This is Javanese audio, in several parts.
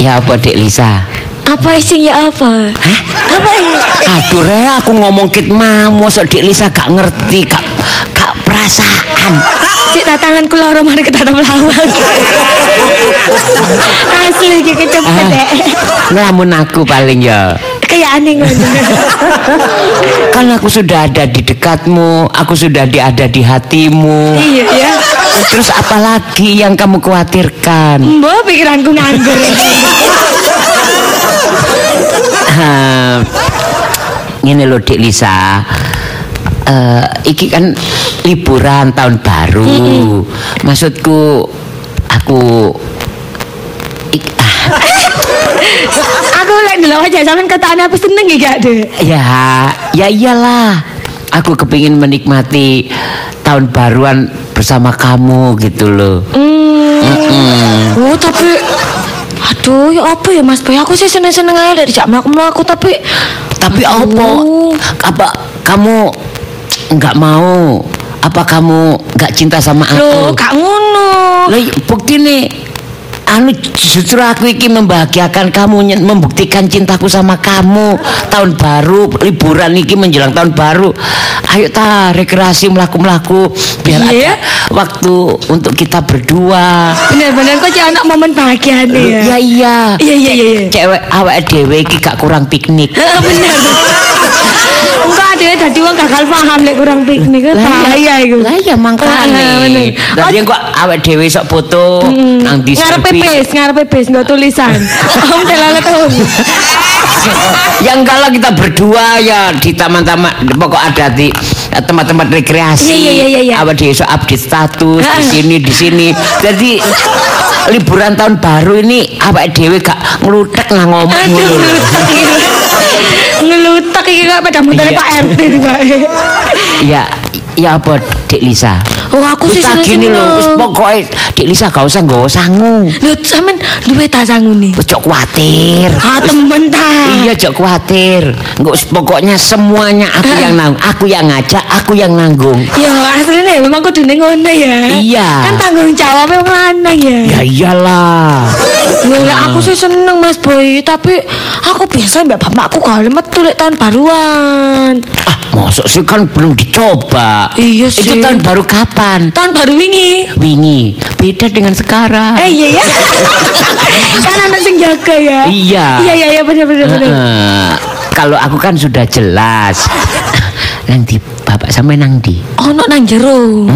Ya apa Dek Lisa? Apa sing ya apa? Apa ini? Aduh re aku ngomong kit mau mosok Dek Lisa gak ngerti, gak gak perasaan. Cik tatangan kula ora mari ketatap lawang. Asli iki kecepet dek. Ngelamun aku paling ya. Kayak aneh ngono. Kan aku sudah ada di dekatmu, aku sudah di ada di hatimu. Iya ya. Terus apalagi yang kamu khawatirkan? Mbok pikiranku nganggur. Hmm, Ngene loh Dek Lisa. Eh, iki kan liburan tahun baru. Maksudku aku ik- ah, Aku lek ndelok aja sampean ketane apa seneng iki gak, Dek? ya ya iyalah. Aku kepingin menikmati tahun baruan bersama kamu gitu loh. Mm. Oh, tapi Aduh, ya apa ya Mas Boy? Aku sih seneng-seneng aja dari jak mlaku-mlaku tapi Tapi apa? Aduh. Apa kamu nggak mau? Apa kamu nggak cinta sama Loh, aku? gak ngono. Lah, bukti nih. Anu justru aku iki membahagiakan kamu nyen- membuktikan cintaku sama kamu tahun baru liburan iki menjelang tahun baru ayo ta rekreasi melaku melaku biar Iya. ada waktu untuk kita berdua Bener-bener kok cek anak momen bahagia nih ya. ya iya Iya iya iya. iya. cewek awak dewe iki gak kurang piknik Heeh, Bener. Enggak ada dadi wong gagal paham lek kurang piknik kan bahaya iku. Lah ya mangkane. Heeh, bener. Hmm. Dadi kok awak dhewe sok foto nang di Ngarepe selfie. bis, ngarepe bis nggo tulisan. Om telalet om. Ya enggak lah kita berdua ya di taman-taman di pokok ada di eh, tempat-tempat rekreasi. Iya, iya, iya, iya, iya. Awak dhewe sok update status di Heeh. sini di sini. Jadi liburan tahun baru ini awak dhewe gak nglutek lah ngomong. Aduh, ngono lho. ngelutak iki. Ngelutak iki kok pada mutare Iya. Pak RT iki, Pak. Ya ya apa Dek Lisa? Oh, aku sih Kita gini seneng-seneng. loh, wis pokoknya Dek Lisa gak usah nggawa sangu. Lho, sampean duwe ta sangune? Wis jok kuatir. Ah, temen ta. Iya, jangan khawatir. Nggak, us- pokoknya semuanya aku yang nang, aku yang ngajak, aku yang nanggung. Ya, asline memang kudune ngono ya. Iya. Kan tanggung jawabnya wong lanang ya. Ya iyalah. Loh, lek aku sih seneng Mas Boy, tapi aku biasa mbak bapakku kalau metu lek tahun baruan. Ah, masuk sih kan belum dicoba. Iya sih. Itu tahun baru kapan? Tahun baru wingi. Wingi. Beda dengan sekarang. Eh iya ya. kan anak sing jaga ya. Iya. Iya iya iya bener bener bener. Heeh. eh, Kalau aku kan sudah jelas. nang di bapak sampe nang di Ono nang jero.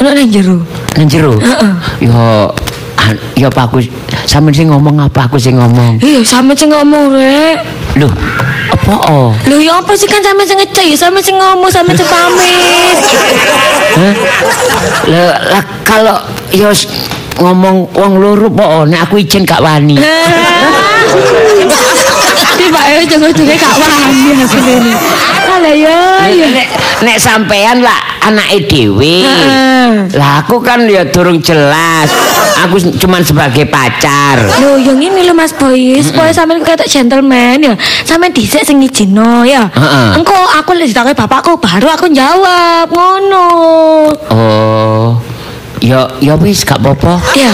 Ono nang jero. nang jero. Heeh. Yo an- yo apa aku sampe sing ngomong apa aku sing ngomong. Iya, sampe sing ngomong rek. Loh, apa oh? Lho ya apa sih kan sampe sing ngecek ya sampe sing ngomong sampe sing pamit. Hah? Lah lah, kalau yo s- ngomong wong loro po oh? nek aku izin gak wani. Tapi Pak Eo jogo-jogo eh, gak wani asline. Ala yo yo. Nek nek sampean lah anake dhewe. Heeh. Lah aku kan ya durung jelas. Aku s- cuman sebagai pacar. Lho, yang ini lho Mas Boy, supaya sampean kata gentleman ya. Sampean dhisik sing ngijino ya. Heeh. Engko aku lek ditakoki bapakku baru aku jawab ngono. Oh. Yo yo wis gak apa-apa. Ya,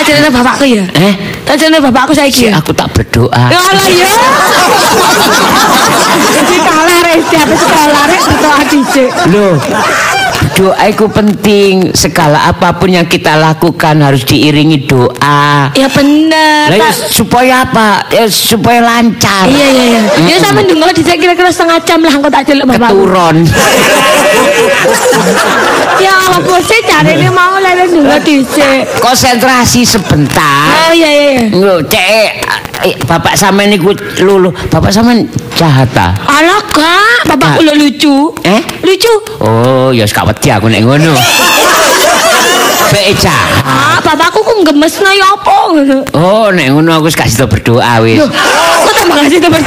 ajene bapakku ya. Eh, Ajene bapakku saiki. Ya aku tak berdoa. Ya Allah ya. Jadi kalah rek siapa sekolah rek berdoa dhisik. Loh, doa itu penting. Segala apapun yang kita lakukan harus diiringi doa. Ya bener. Lah, ya, tak- supaya apa? Ya, supaya lancar. Iya iya iya. Ya sampe ndonga dhisik kira-kira setengah jam lah engko tak celuk bapakku. Keturun. Ya apa sih carane mau lele ndonga dhisik. Konsentrasi sebentar. Oh iya iya. iya. Lho, cek eh, bapak sampean niku lulu. Bapak sampean jahat ta? Alah kak, bapakku lo lucu. Eh? Lucu. Oh, ya gak wedi aku nek ngono. Bae jahat. Ah, bapakku kok gemes no ya apa? Oh, nek ngono aku wis gak sida berdoa wis. Loh, kok tambah ngasih temen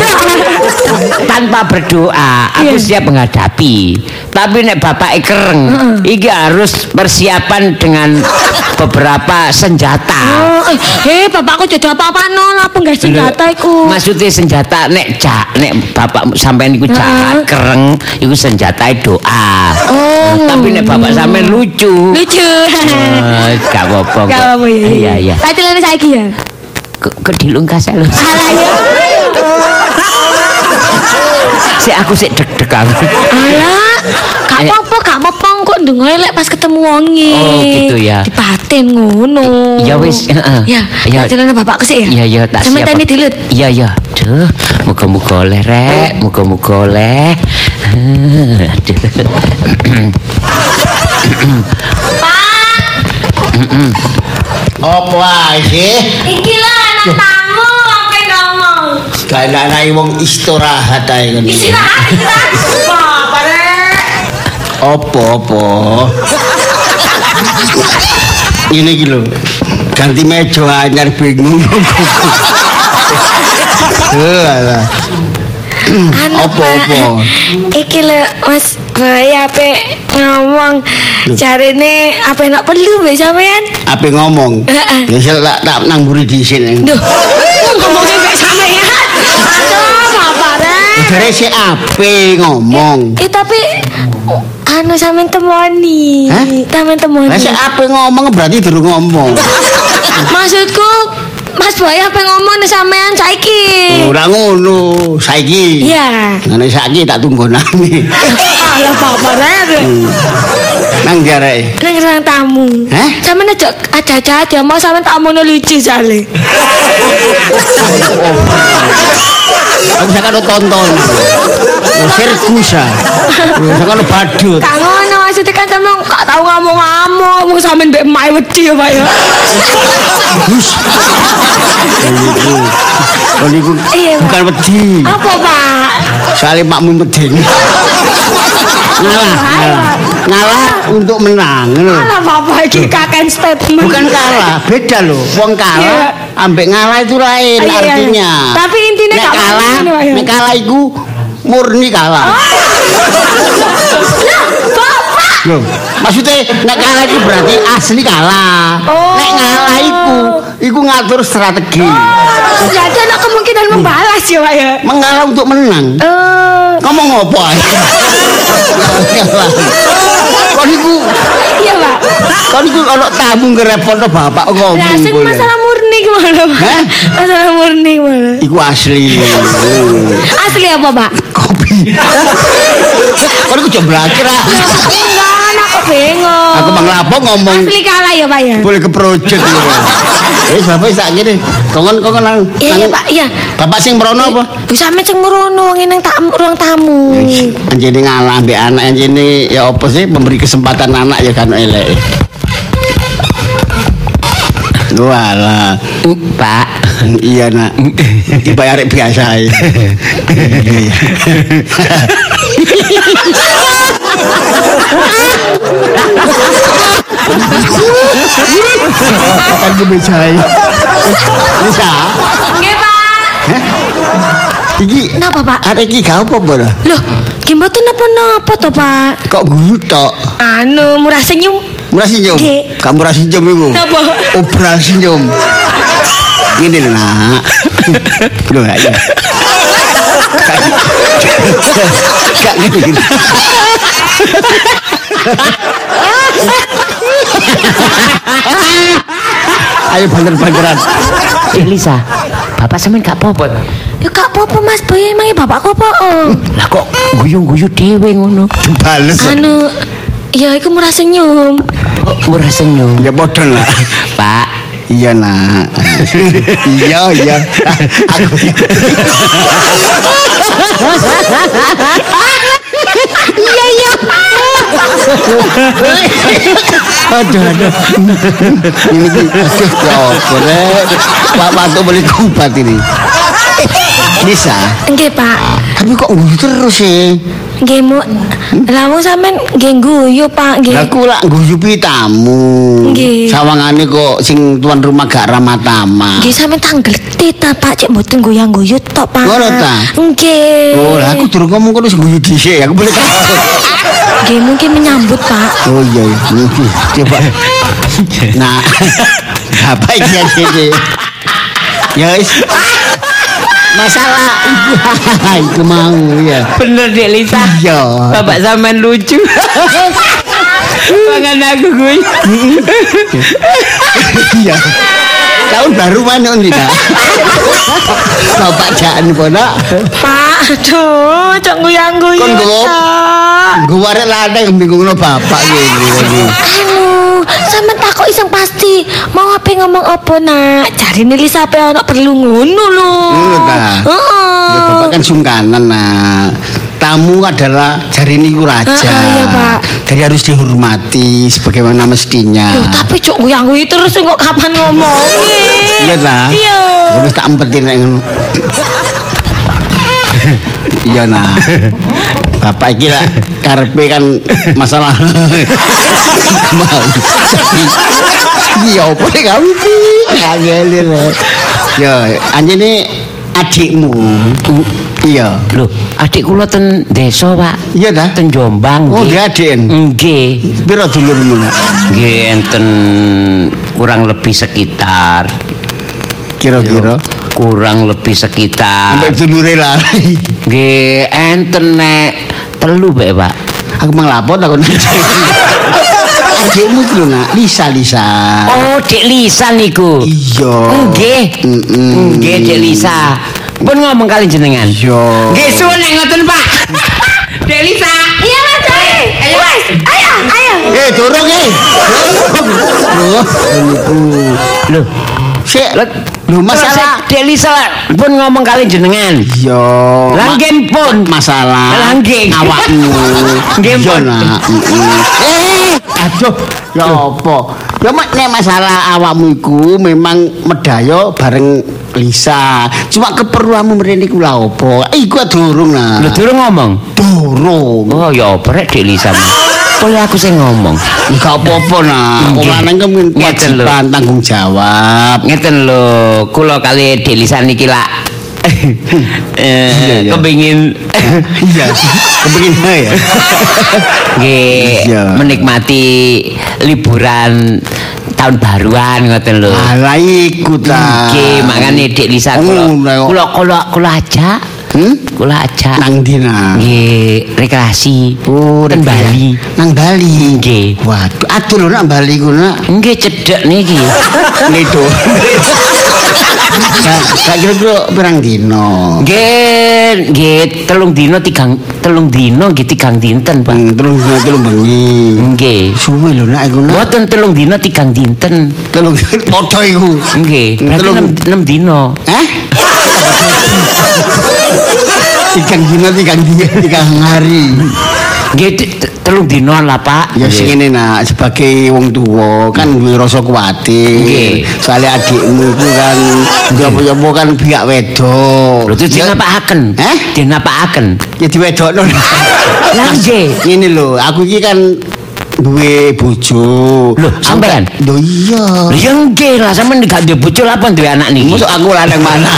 Tanpa berdoa aku Iya. siap menghadapi. Tapi nek bapak kereng, iki harus persiapan dengan beberapa senjata. Oh, eh, eh, bapakku jadi apa-apa no lah penggasih Lho, data iku. Maksudnya senjata nek jak nek bapak sampean iku jahat Heeh. kereng iku senjatae doa. ah, Oh. Tapi nek bapak sampean lucu. Lucu. Eh, Gak apa-apa. Gak kok. apa-apa ya. Iya iya. Tak celana saiki ya. ke, ke dilung kasek lho. Alah iya. ya. Sik aku sik deg-degan. Alah, gak apa-apa, gak mepong kok ndonga elek pas ketemu wonge. Oh, gitu ya. Dipaten ngono. Ya wis, heeh. Ya, Ya. ya. Jalan bapak kesik ya? Iya iya tak Sampe siap. teni dilut. Iya iya. Duh, muga-muga oleh rek, muga-muga oleh. Eh, Aduh. Apa ae sih? Iki Iya, lah anak tamu sampai ngomong. Gak enak wong istirahat ae ngene. Istirahat istirahat. Wah, bareng. Apa apa? Ini iki lho. Ganti meja anyar bingung. Eh, alah. Anu, Apa, Pak. apa? Iki lho Mas Boy ape ngomong jarene ape nak perlu mbek sampean. Ape ngomong? Heeh. Ya sel tak tak nang mburi dhisin. Duh, ngomongnya mbek sampean. Aduh, sabare. Jare si ape ngomong. Eh tapi oh, anu sampean temoni. Hah? Sampean temoni. Lah si ape ngomong berarti durung ngomong. Maksudku Mas Boy ape ngomong nih sampean saiki? Ora ngono. Saiki. Iya. Ngene saiki tak tunggonane. Alah, sabare. Nang jareke. Nang ruang tamu. Hah? Sama aja ada jahat ya mau sama tak mau lucu sale. Aku bisa karo tonton. Sirkus ah. Bisa karo badut. Kak ngono maksudnya kan sama gak tau ngamuk-ngamuk mau sama mbek mai wedi ya Pak ya. Niku. Oh, niku Iya, Pak. bukan wedi. Apa Pak? Soale makmu wedi. Ngalah, ngalah. Ngalah untuk menang, ngono. lho. Alah Bapak iki kaken statement. Bukan kalah, beda loh. Wong kalah, ambek ngalah itu lain Iya, iya, iya. artinya. Tapi intinya nek gak kalah, menang, Pak, Oh, ya. nek kalah iku murni kalah. Loh, maksudnya nek kalah itu berarti asli kalah. Oh. Nek ngalah iku, iku ngatur strategi. Oh, Jadi ada kemungkinan membalas ya Pak ya. Mengalah untuk menang. Eh, Ngomong apa? Kau niku, iya Pak. kau niku kalau tamu ngerepot bapak ngomong. Nah, sing boleh. Eh? masalah murni gimana Pak? Hah? Masalah murni gimana? Iku asli. Asli apa Pak? kopi. Kau ini kucing belajar ah. Enggak, anak kok bengong. Aku mang lapo ngomong Asli kalah ya Pak ya. boleh ke project gitu. Eh bapak sak gini, kongon kongon nang. Iya iya nang- Pak, iya. Bapak sing merono apa? Bisa sampe sing merono wong nang tam- ruang tamu. Anjene ngalah ambek anak anjene ya apa sih memberi kesempatan anak ya kan elek. Walah. Pak, Iya nak. Dibayar biasa ya. Iya. Kan kebeca ya. Bisa. Nggih, Pak. Iki Kenapa, Pak? arek iki gak apa-apa dah. Loh, ki mboten napa-napa to, Pak? Kok guyu tok? Anu, murah senyum. Murah senyum. Nggih. Gak murah senyum iku. Napa? Obra senyum. Ini lho nak. Lho gak ya. Gak gini-gini. Ayo bener-beneran. Elisa. Bapak sampean gak apa-apa to? Ya gak apa-apa, Mas Boy, emangnya bapakku apa? Lah kok guyu-guyu dhewe ngono? Bales. anu, ya iku murah senyum. Kok murah senyum. Ya bodoh lah. Pak, Iya nak. iya iya. Aku Iya, iya. aduh aduh. ini ki aduh ya apa Rek? Pak Pato beli kubat ini. Bisa. Nggih, Pak. Tapi kok guyu terus eh? sih? Nggih, Mu. Lah wong sampean nggih guyu, Pak, nggih. Lah kula guyu pitamu. Nggih. Sawangane kok sing tuan rumah gak ramah tamah. Nggih sampean tanggel ta, Pak, cek mboten goyang guyu tok, Pak. Ngono ta? Nggih. Oh, lah aku durung ngomong kono sing guyu dhisik, aku boleh takut. Nggih, mungkin menyambut, Pak. Oh iya, iya. Mungkin. coba. Nah, apa ini yang ini? Ya is. Masalah itu, itu mau ya. bener Dek Lisa. Iya. Bapak sampean lucu. Pangan aku guyu. Iya. Tahun baru mana ini Nak? Bapak jangan ponak. Pak, aduh, cok Kon nguyang-nguyang. gelap. Cok. Gue warna ladang bingung no bapak gitu. Anu, sampe takok iseng pasti. Mau apa ngomong apa, Nak? Jarine Lisa ape ana perlu ngono lho. Ngono ta? Heeh. Ya, bapak kan sungkanan nah. Tamu adalah jari ini raja. Ah, iya, Pak. Jadi harus dihormati sebagaimana mestinya. Loh, tapi cok nguyang-nguyi terus kok kapan ngomongi? Iya lah. Iya. Terus tak empetin nek ngono. Iya nah. Bapak iki lah karepe kan masalah. Mau. Iya opo nek kamu iki? Ngelir. Yo, anjene adikmu. Hmm. Iya. Lho, adik kula ten desa, Pak. Iya ta? Ten Jombang. Oh, nggih. dia adik. Nggih. Piro dulurmu? Nak? Nggih enten kurang lebih sekitar Kira-kira. kurang lebih sekitar Sampai dulure lah. nggih enten nek telu bae, Pak. Aku mang lapor takon. Adikmu iki lho, Nak. Lisa, Lisa. Oh, Dik Lisa niku. Iya. Oh. Nggih. Mm-mm. Nggih, Dik Lisa. Pun ngomong kali jenengan. Iya. Nggih, suwun nek ngoten, Pak. Dik Lisa. Iya mas Doi. Ayo mas. Ayo. Ayo. Eh, dorong eh. Loh, Lho, sik. Loh, masalah. masalah Dik Lisa lah. pun ngomong kali jenengan. Yo. Oh, Langgeng pun. masalah. Langgeng. Awakmu. Nggih, Yo, Pon. nak. Mm-mm. Eh, aduh. Ya apa? Ya mak nek masalah awakmu iku memang medaya bareng Lisa. Cuma keperluanmu mrene iku lha apa? Eh, Iku dorong nah. Lho, durung ngomong. dorong. Oh ya apa rek Dek Lisa. Boleh aku sing ngomong. Enggak apa-apa nah. Wong Nggih. lanang kan Ngeten lho. kewajiban tanggung jawab. Ngeten lho, kula kali Dek Lisa niki lak Iya, eh iya. kepengin Iya. Kepengin hai ya. nggih Iya. menikmati liburan tahun baruan ngoten lho. Ala iku ta. Nggih, makane Dek Lisa kula Ngono kok. kula kula kula ajak. Hmm? Kula ajak. Nang dina. Nggih, Oh, rekreasi. Ten Bali. Iya. Nang Bali. Nggih. Waduh, aduh lho nak Bali ku nak. Nggih cedhek niki. ya. Nitu. Kak kira-kira pirang dina. Nggih, nggih telung dina tigang telung dina nggih tigang dinten, Pak. Hmm, Terus dina telung bengi. Nggih. Suwe lho nak iku nak. Mboten telung dina tigang dinten. Telung padha iku. Nggih. Berarti 6 Telung- dina. Hah? Ikan dina tigang dia tigang hari. Nggih t- t- telung dina lah, Pak. Ya sing Nggih. ngene nak sebagai wong tuwa kan duwe rasa kuwatir. Nggih. Soale adikmu iku kan nyopo-nyopo kan pihak wedok. Lho terus Ya- dinapakaken. Heh? Dinapakaken. Ya diwedokno. Lah nggih. Eh, Ngene lho, aku iki kan duwe bojo. Lho, Aku sampean? tak- Lho iya. Lho ya nggih lah sampean gak duwe bojo lah apa duwe anak niki. Masuk aku lanang mana?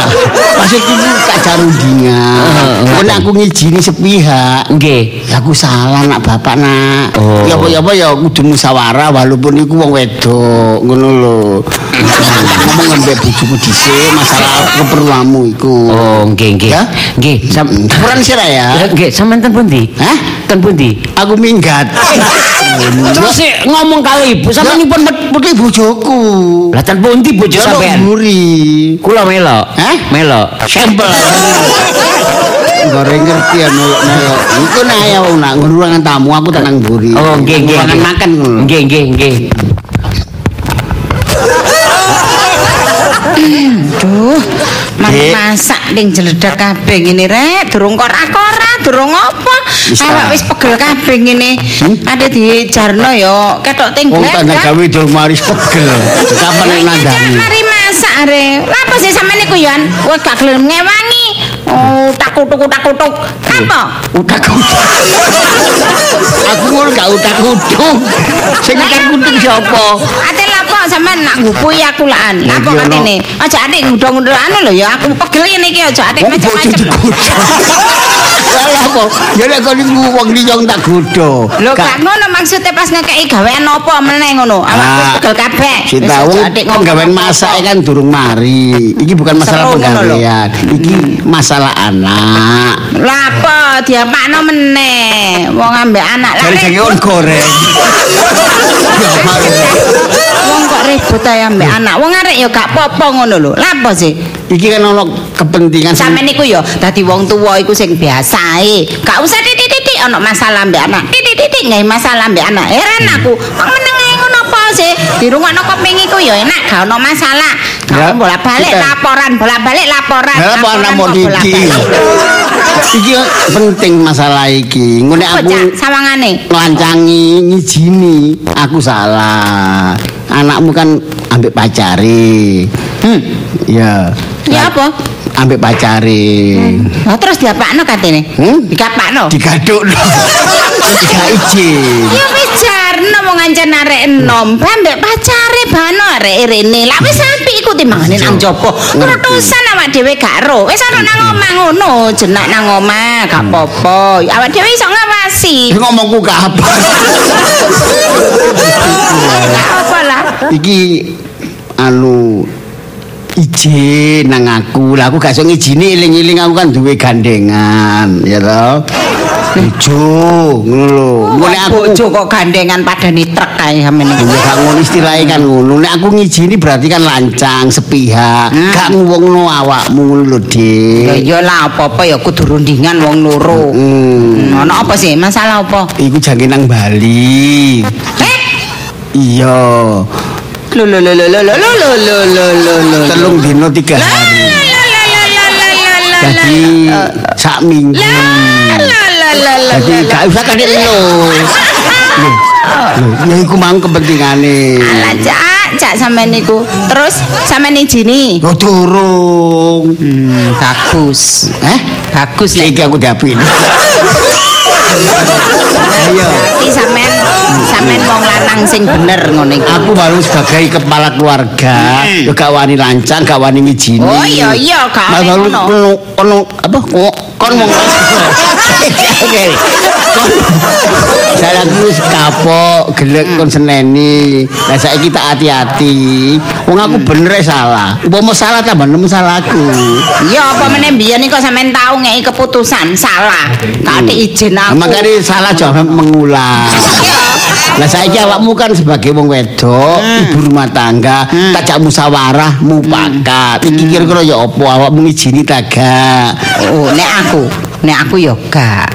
Maksudku iki tak jarundingan. Heeh, Kon aku ngijini sepihak. Nggih. Ya aku salah nak bapak nak. Oh. Ya apa ya apa ya kudu musyawarah walaupun iku wong wedok ngono lho. Ngomong ngombe bojoku dhisik masalah keperluanmu iku. Oh, nggih nggih. Ya? Nggih, sam Kurang sira ya. Lah, Nggih, sampean ten pundi? Hah? Ten pundi? Aku minggat. Terus sih, ngomong kali ibu sampean pun putih bojoku. Ya. lah ten pundi bojo Ya kok sampean? mburi. Kula melok. Hah? Melok. Sampel. Gore ngerti ya melok-melok. Iku nak ya wong nak nggon ruangan tamu aku tenang mburi. Oh, nggih nggih. Ruangan nggih. makan ngono. Nggih nggih nggih. Duh, mari masak ning jeledak kabeh ngene rek, durung korak-korak, durung apa. Wis Awak tak. Hmm? wis pegel kabeh ngene. Ade dijarno ya, ketok Wong tenggelam. tanda gawe do maris pegel. Kapan nek nandani? Mari masak arek. Lha sih sampean niku Yon? Wes gak gelem ngewangi. Oh, tak kutuk-kutuk kutuk. Apa? utak utak aku ngono gak utak utuk sing utak utuk siapa Ate lapo sampean nak ngupui aku laan. Lah, Lapo iya, katene? Aja ate ngudung-ngudung anu lho ya, aku pegel ngene iki aja ate wong bojo macam-macam. digodha lha apa ya nek kon iku wong liyong tak godha Lho gak ngono maksudnya pas ngekeki gawean apa meneh ngono. Ah, Awak wis pegel kabeh. kita Wis wong aja adik ngomong penggawean apa. masak kan durung mari iki bukan masalah Seru ngono lho. penggawean iki masalah anak Lah apa diapakno meneh. Wong ambek anak lah. dari jenenge ribut. on goreng ya mau Wong kok ribut gabut ae ambek anak. Wong arek ya gak apa-apa ngono lho. Lapo sih? Iki kan ono kepentingan sen- Sampeyan iku ya dadi wong tuwa iku sing biasa ae. Gak usah titik-titik ono masalah ambek anak. Titik-titik nggak masalah ambek anak. Heran aku. Kok meneng ae ngono apa sih? Dirungokno kuping iku ya enak gak ono masalah. Ya, Gak bolak-balik kita- laporan, bolak-balik laporan. Lah apa anak mau kok iki? Iki kan penting masalah iki. Ngene Apa aku cak sawangane? nglancangi ngijini aku salah. Anakmu kan ambek pacare. Hmm, ya. Ya apa? Hmm. Ambek pacare. Lah terus diapakno katene? Hmm? Digapakno. Digaduk lho. Gak izin. Ya wis jarno wong ancen arek enom, mbek pacare bano arek rene. Lah wis apik iku timbangane nang Joko. Kerutusan awak dhewe gak ero. Wis ana nang omah ngono, jenak nang omah gak apa-apa. Awak dhewe iso ngawasi. Iki ngomongku gak apa. Gak apa lah. Iki anu izin nang aku. Lah aku gak iso ngijini eling-eling aku kan duwe gandengan, ya to. Bojo, ngono lho. Oh, Ngene Wong aku bojo kok gandengan padane trek kae samene. Ya gak ngono istilahnya kan ngono. Nek aku ngijini berarti kan lancang, sepihak. Hmm. Gak ngwongno awakmu ngono lho, Ya Dik. iya lah apa-apa ya kudu rundingan wong loro. Hmm. Hmm, Ono apa sih? Masalah apa? Iku jange nang Bali. Eh, Iya. lo lo lo lo lo lo lo lo lo lo lo. Telung dino tiga hari. Jadi sak minggu. Jadi gak usah kadek lo. Lho, lho, Ya iku mang kepentingane. Alah cak, cak sama niku. Terus sama nih jini. Yo durung. Hmm, bagus. Eh? Bagus lah. Iki aku diapin. Ayo. Berarti sampean sampean wong lanang sing bener ngono iku. Aku baru sebagai kepala keluarga, yo gak wani lancang, gak wani ngijini. Oh iya iya Nah, gak baru ono. kono kono apa kok kon mau Oke. Saya aku wis kapok, gelek kon seneni. Lah saiki tak hati-hati. Wong aku bener eh salah. Umpama salah tambah nemu salah aku. Ya apa meneh biyen iki kok sampean tau ngeki keputusan salah. Gak diizin aku. Hmm. Makanya salah jangan mengulang. Lah saiki awakmu kan sebagai wong wedok, ibu rumah tangga, tak jak musyawarah, mupakat. Iki kira-kira ya apa awakmu ngijini ta gak? Oh, nek aku, nek aku yo gak.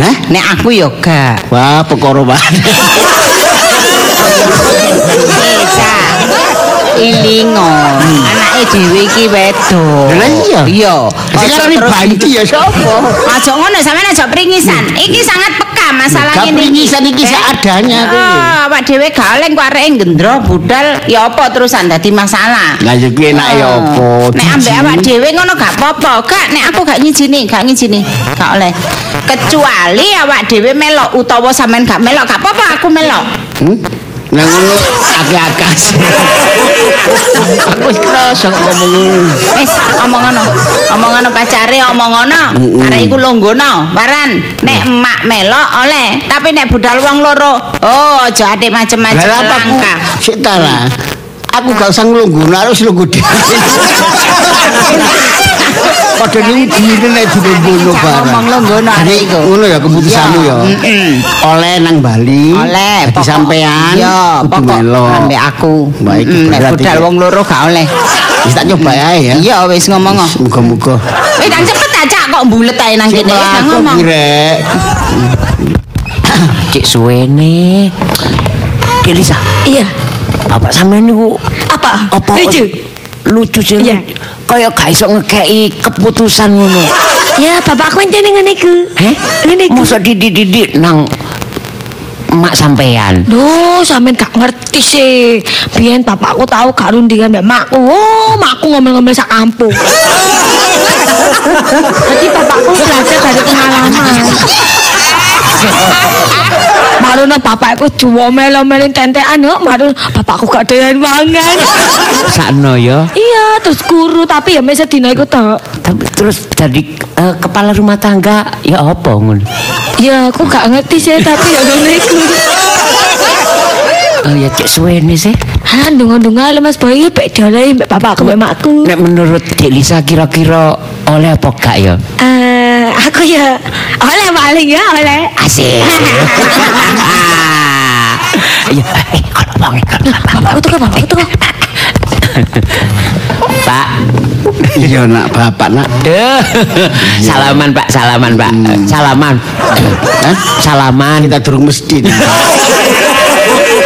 Hah? Nek aku yo gak. Wah, perkara banget. Desa. Ilingo. Anake dhewe iki wedok. Lah iya. Iya. Sekarang ini banti ya siapa? Aja ngono sampean aja pringisan. Iki sangat peka masalah Hmm. Gak ini. pringisan iki Eh? seadanya aku. Ah, awak dhewe gak oleng kok areke gendro budal ya apa terusan dadi masalah. Lah yo kuwi enak ya apa? Ah. Nek ambek awak dhewe ngono gak apa-apa. Gak nek aku gak ngijini, gak ngijini. Gak oleh. Kecuali awak dhewe melok utawa sampean gak melok, gak apa-apa aku melok. Hmm? Lah ngono agak-agak. Aku wis kerasa kok ngomong ngono. Wis, omong ngono. Omong ngono pacare omong ngono. Arek iku longgono, waran. Nek emak melok oleh, tapi nek budal wong loro, oh aja adik macem-macem Lah apa aku? langkah. Sik ta lah. Aku gak usah nglungguh, nek harus nglungguh dhewe. Padha nunggu nek dilungguh Jangan ngomong lungguhno Jadi arek iku. Iya. ngono ya keputusanmu ya. Oleh nang Bali. Oleh dadi sampean. Ya, kudu pokok melok. ambek aku. Wah, iki Mm, Nek berarti budal ya. wong loro gak oleh. Wis tak coba ae ya. Iya wis ngomong. oh. Muga-muga. Wis nang cepet aja kok bulet ae nang Sik kene. Wis nang mlaku ngomong. direk. Cik suwene. Kelisa, Iya. bapak sampean niku Apa? apa Lucu. Lucu sih. Iya. Kaya gak iso ngekeki keputusan ngono. Ya, bapakku encene ngene iku. Heh? Ngene iku. Masa dididik nang mak sampean. Duh, sampean gak ngerti sih. Biyen bapakku tahu gak rundingan mbak makku. Oh, makku ngomel-ngomel sak kampung. Jadi bapakku belajar dari pengalaman. Maru nang bapakku juwo melo-melin tentean yo, maru bapakku gak doyan mangan. Sakno ya. iya, terus guru tapi ya mes sedina iku tok. Tapi terus jadi eh, kepala rumah tangga ya apa ngono. Ya, aku gak ngerti sih tapi ya ngono iku. Eh, ya cik suwene sih. Alah ndonga-ndonga Mas Boy pek diolahi mbek bapakku mbek makku. Nek menurut Dek Lisa kira-kira oleh apa gak ya? Eh, aku ya oleh paling ya oleh. Asik. Ayo, eh, kalau bangun, kalau bangun. Bapakku tuh kok bapakku tuh kok. Pak. Iya nak bapak nak. Duh. Salaman, Pak. Salaman, Pak. Salaman. Hah? Salaman. Kita durung mesti.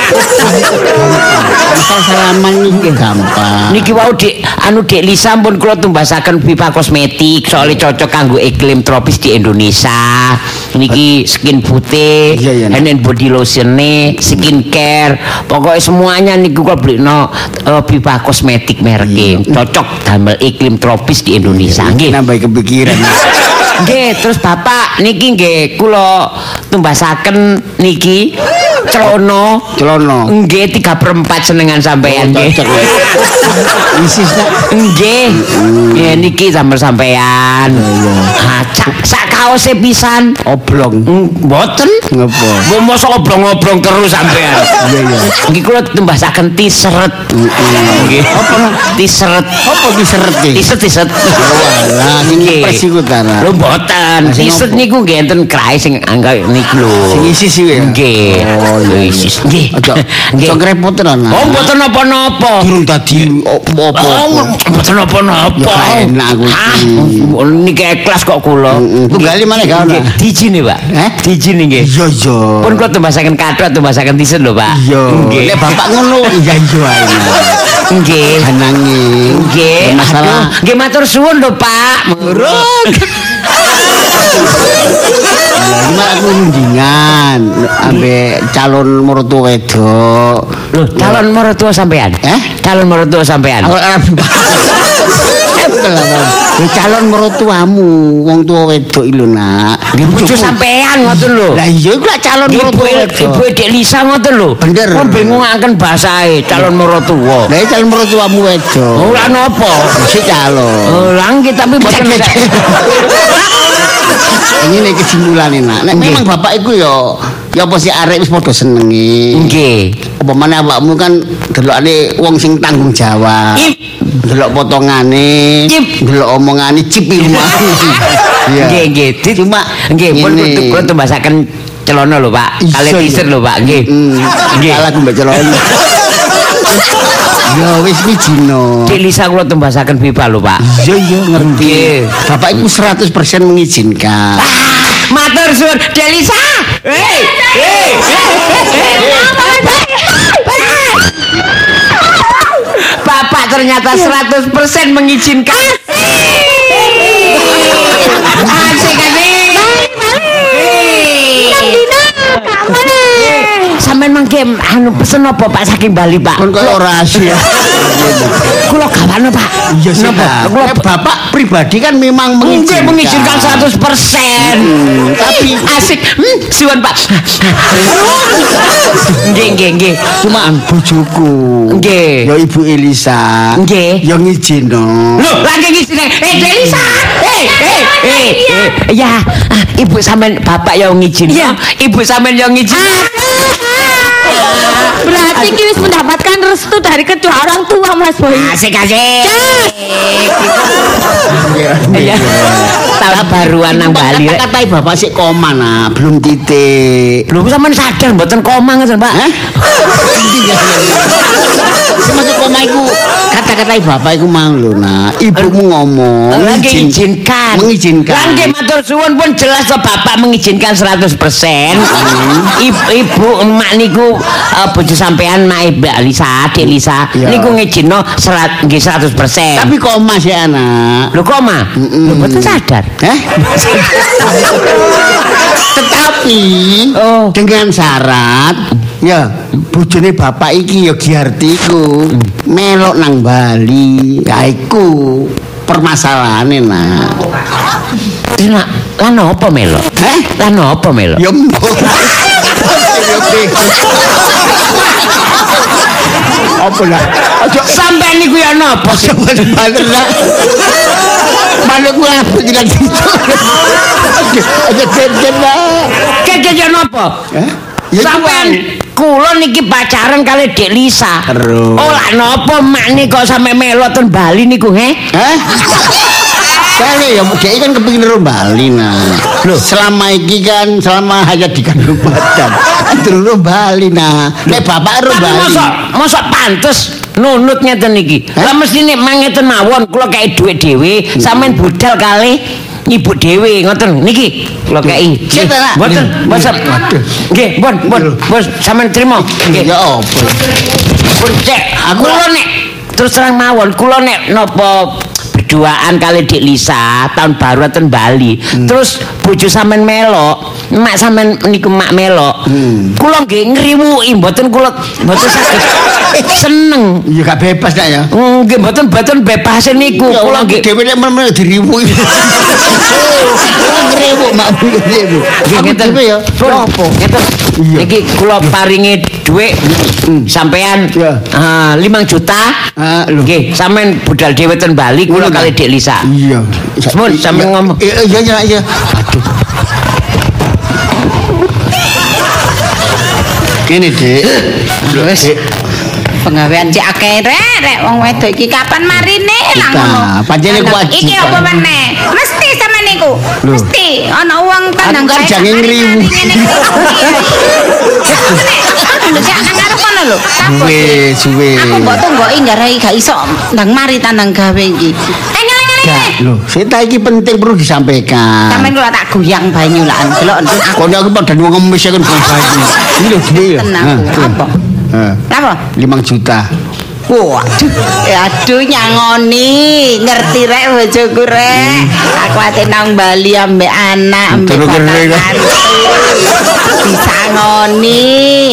Kita salaman ini gampang. Niki wau Dik, anu Dik Lisa pun kula tumbasaken pipa kosmetik Iya. soalnya cocok kanggo iklim tropis di Indonesia. Niki skin putih, Iya, iya, hand and body lotion skin care, pokoknya semuanya niki kula beli no pipa kosmetik merek Iya. e. cocok damel iklim tropis di Indonesia. Nggih. Nambah kepikiran. Nggih, terus Bapak niki nggih kula tumbasaken niki celana Celono. nggih 3 per 4 senengan sampean nggih. Oh, Cocok. Isis nak. Nggih. Ya niki sampe sampean. Ha sak sak kaose pisan. Oblong. Mm, Mboten. Ngopo? Mbok mosok obrong-obrong terus sampean. Iya iya. Niki kula tumbasaken tiseret. Nggih. Apa nak? Tiseret. Apa diseret iki? Tiset tiset. Walah, ini pres iku ta. Nak? Lho mboten. Sing Tiset apa? niku nggih enten krae sing anggap niku lho. Sing isis iki ya? Nggih. Oh, iya, iya. Isis. Nggih. Ojo Nggih. ojo ngerepoten ana. Oh mboten napa-napa. durung dadi Oh, opo-opo. mboten napa-napa. Ya, gak enak aku iki. Ah, niki ikhlas kok kula. Mm-mm. Tunggali malih gak ono. Nggih, Dijini, Pak. Heh? Dijini nggih. Iya iya. Pun kula tumbasaken kathok, tumbasaken tisen lho, Pak. Iya. Nggih. Nek bapak ngono iya iya ae. Nggih. Ganangi. Nggih. Ya, Masalah. Aduh, Nggih matur suwun lho, Pak. Murung. Lah, Gimana aku mendingan ambek calon mertua wedok. Lho, calon mertua sampean. Eh? Calon mertua sampean. Aku arep Ya calon mertuamu wong tua wedok iki lho nak. Bojo sampean ngoten lho. Lah iya iku lah calon Ibu mertua ibu wedok. Dek Lisa ngoten lho. Bener. Kok bingungaken basahe e, calon mertua. Lah iya calon mertuamu wedok. Ora napa. Si calon. Oh, langit tapi bukan Ini nih kesimpulan ini nak. Nek Nggih. memang bapak iku ya ya apa sih arek wis padha senengi. Nggih. Apa mana awakmu kan delokane wong sing tanggung jawab. Ip. Delok potongane, Ip. delok omongane cip rumah. Iya. Nggih, nggih. Di- Cuma nggih pun ngene. kudu kudu masakan celana lho, Pak. Iya, Kali iya. Mm. t-shirt lho, Pak. Nggih. Nggih. Nggih. Salah aku mbak celon. Ya wis mijino. Dek Lisa kula tumbasaken pipa lho, Pak. Iya iya ngerti. Nggih. Bapak iku 100% mengizinkan. Matur suwun, Dek Lisa. Hei, hei. Bapak ternyata 100% mengizinkan. Asik asik. Hei. Sampeyan mangke anu pesen apa Pak saking Bali, Pak? Kon koyo ora asyik. Kula gawano, Pak. Iya sih. Napa? Nah, Kula eh, bapak pribadi kan memang Nggih mengizinkan. mengizinkan 100%. tapi asik. Hmm, siwan, Pak. Nggih, nggih, nggih. Cuma bojoku. Nggih. Ya ibu Elisa. Nggih. Ya ngijino. Loh, lagi ngisi Eh, Delisa. Eh, eh, eh, eh. Ya, ah, ibu sampean bapak yang ngijin. Iya. Ibu sampean yang ngijin. Ah. Berarti iki wis mendapatkan restu dari kedua orang tua Mas Boy. Asik, asik. Iya. Tahu baruan nang Bali. Kata rek. katai bapak sik koma nah, belum titik. Lho, sampean sadar mboten koma ngoten, Pak. Hah? Semasuk koma iku kata-katai bapak iku mau lho nak. Ibumu ngomong. Lagi ngijin- izinkan. Mengizinkan. Lagi matur suwun pun jelas kok bapak mengizinkan 100%. Ibu, ibu emak niku eh, bojo sampean mak Mbak Lisa, Dek Lisa Iya. niku ngijinno serat nggih 100%. Eh, Tapi koma sih anak. Hmm. Lho kok Ma? Lho mboten sadar. Hah? Tetapi Oh. dengan syarat ya bojone bapak iki ya giartiku Hmm. melok nang Bali ya iku permasalahane nak. Lah lan apa melo? Heh? Lan apa melo? Ya mbok. Ya bingung. Apa lah? Ojo Sampean niku ya napa sih? Balik lah Balik gua apa dengan situ Ojo ojo cek lah Keke ya napa? Hah? Ya, iku wae. Sampean kula niki pacaran kali Dek Lisa. Terus. Oh lah napa mak niku kok sampe melo ten Bali niku he? Hah? Kali ya, dia kan kepingin ro Bali nah. Loh, selama iki kan selama hanya di kandung badan. Terus ro Bali nah. Nek bapak ro Tapi Bali. mosok mosok pantes nunut ngeten iki. Lah mestine mangeten mawon kula kei dhuwit dhewe, sampean budal kali nyibuk dhewe ngoten niki kula kei. Nggih, Siap, Pak. Mboten, mboten. Waduh. Nggih, pun, pun, pun sampean trimo. Nggih. Ya apa? Pun cek, Aku- kula nek terus terang mawon kula nek napa berduaan kali Dik Lisa tahun baru ten Bali. Hmm. Terus bojo sampean melok, emak sampean niku mak melok. Hmm. Kula nggih ngriwuki mboten kula mboten saged seneng. Ya gak bebas nak ya. Mm, Nggih mboten mboten bebasin niku Ya kula Allah nggih. dhewe nek men dirimu. Ngrewuk makmu dhewe. Nggih, Aku ngeten. dhewe gitu. ya. Pun, Apa? Ngeten. Iya. Hmm. Niki kula paringi dhuwit sampean Iya. ah, 5 juta. Ah, lho. Nggih, sampean budal dhewe ten Bali kula Iya, kali Dik Lisa. Iya. Mun, sampe Iya, ngomong. Iya iya iya, iya. Aduh. Kene, Dik. Wis. Penggawean cek akeh rek rek wong wedok iki kapan marine lah Kita, pancene Lah, kewajiban. Iki apa meneh? Mesti sama niku. Loh. Mesti ana uang tandang Aku kan gawe jange kamari-kamari ngriwu. ngene iki. Cak, meneh. Aku lho, cak, nang ngarep kono lho. Takut. Suwe suwe. Aku mbok tunggoki nggarai gak iso ndang mari tandang gawe iki. Ya, Engel-engel. lho, sita iki penting perlu disampaikan. Sampeyan kula tak goyang banyu lah delok nduk aku. Kono aku padha ngemis ya kan bangsa iki. Ini lho gede ya. Tenang, Nah, Bu. tuh. Apa? Nah, Napa? 5 juta. Waduh, ya aduh nyangoni, ngerti rek bojoku rek. Aku ate nang Bali ambek anak, ambek Turu kere, kan? batanganku. Disangoni,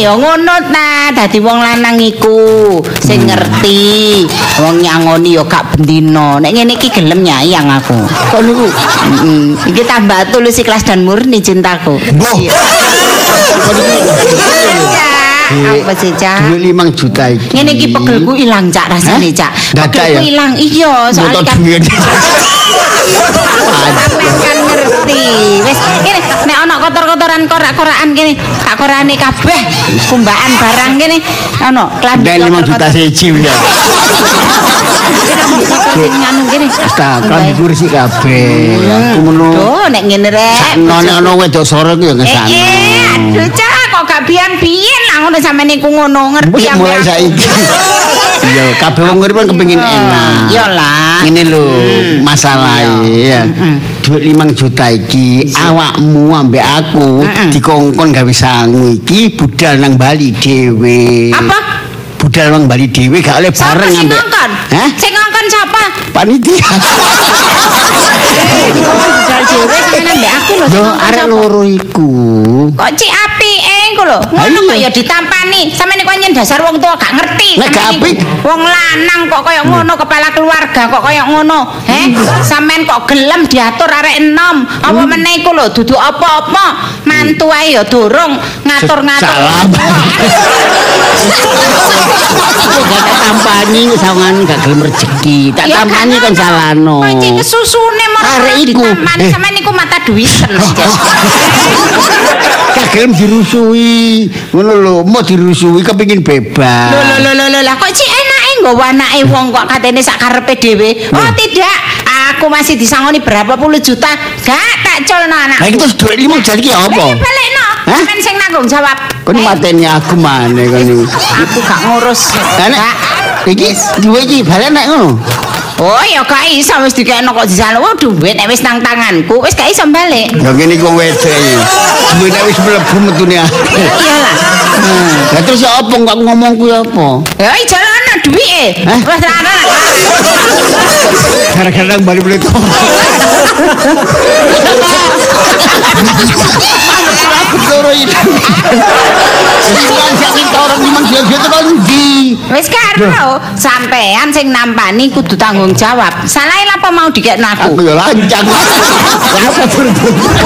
ya ngono ta, dadi wong lanang iku sing ngerti. Wong nyangoni ya gak bendino. Nek ngene iki gelem nyayang aku. Kok niku? Mm-mm. Iki tambah tulus ikhlas dan murni cintaku. Boh. Iya. Cak, Apa sih, Cak? Duit 5 juta iki. Ah. Ngene iki pegelku ilang cak rasane cak. Dadak Pegelku ya? ilang iya soalnya Motor kan duit. sampean kan ngerti. Wis ngene nek ana kotor-kotoran korak-korakan kene tak korane kabeh kumbakan barang kene ana klambi Dan 5 juta siji ya. nganu kene. Tak kan kursi kabeh. Aku menu. Duh nek ngene rek. Sakno nek ana wedok sore ku ya Eh, ngesana. eh, aduh cak kok gak biyen-biyen lah ngono sampean niku ngono ngerti Wis ampe mulai aku. saiki. Iya, kabeh wong urip kan kepengin Ah. enak. Iya Hmm. lah. Ini lho masalahnya ya. Hmm. Duit limang juta iki awakmu ambek aku Hmm. dikongkon gawe sangu iki budal nang Bali dhewe. Apa? Budal nang Bali dhewe gak oleh Siapa bareng sing ambek. ngongkon? Hah? Sing ngongkon siapa? Panitia. Jal dhewe sampean ambek aku lho. sing Yo ngongkon arek siapa? loro iku. Kok cik api engko lho. Ngono Ayo. kok ya ditampani. Sampeyan niku nyen dasar wong tua gak ngerti. Nek gak Sampeyan niku apik. Wong lanang kok kaya ngono kepala keluarga kok kaya ngono. He? Hmm. Sampeyan kok gelem diatur arek enom. Apa meneh iku lho dudu apa-apa. Mantu ae ya durung ngatur-ngatur. Salam. Gak tampani sawangan gak gelem rezeki. Tak Iya kan, Ya, tampani gak kon ngono. jalano. Kok iki kesusune mau Arek iku. ditampani Eh. sampeyan niku mata duwiten. Gak gelem dirusui. Ngono lho, mau dirusui kepengin bebas. Lho lho lho lho lho lah kok cik enake nggawa anake wong kok katene sak karepe dhewe. Hmm. Oh tidak, aku masih disangoni berapa puluh juta. Gak tak colno Lah anakku. iki terus duit limang juta iki apa? Balekno. Hah? Sampeyan sing nanggung jawab. Kon Eh, mateni aku maneh kon iki. Aku gak ngurus. Lah nek Gak. iki duwe iki balen nek ngono. Oh ya gak iso wis dikekno kok disaluk. Oh duit nek wis nang tanganku wis gak iso balik. Ya ngene iku wedok iki. Duwe nek wis mlebu metune aku. Oh, Iyalah. Lah terus ya apa kok ngomongku ya apa? Ya jalono duwike. Hah? Wis ra ana. Gara-gara nang Bali boleh tau. Aku loro iki. Sing sak iki orang limang juta itu kon ndi? Wis karo sampean sing nampani kudu tanggung jawab. Salahe apa mau dikekno aku? Aku ya lancang. Lah apa berbuat?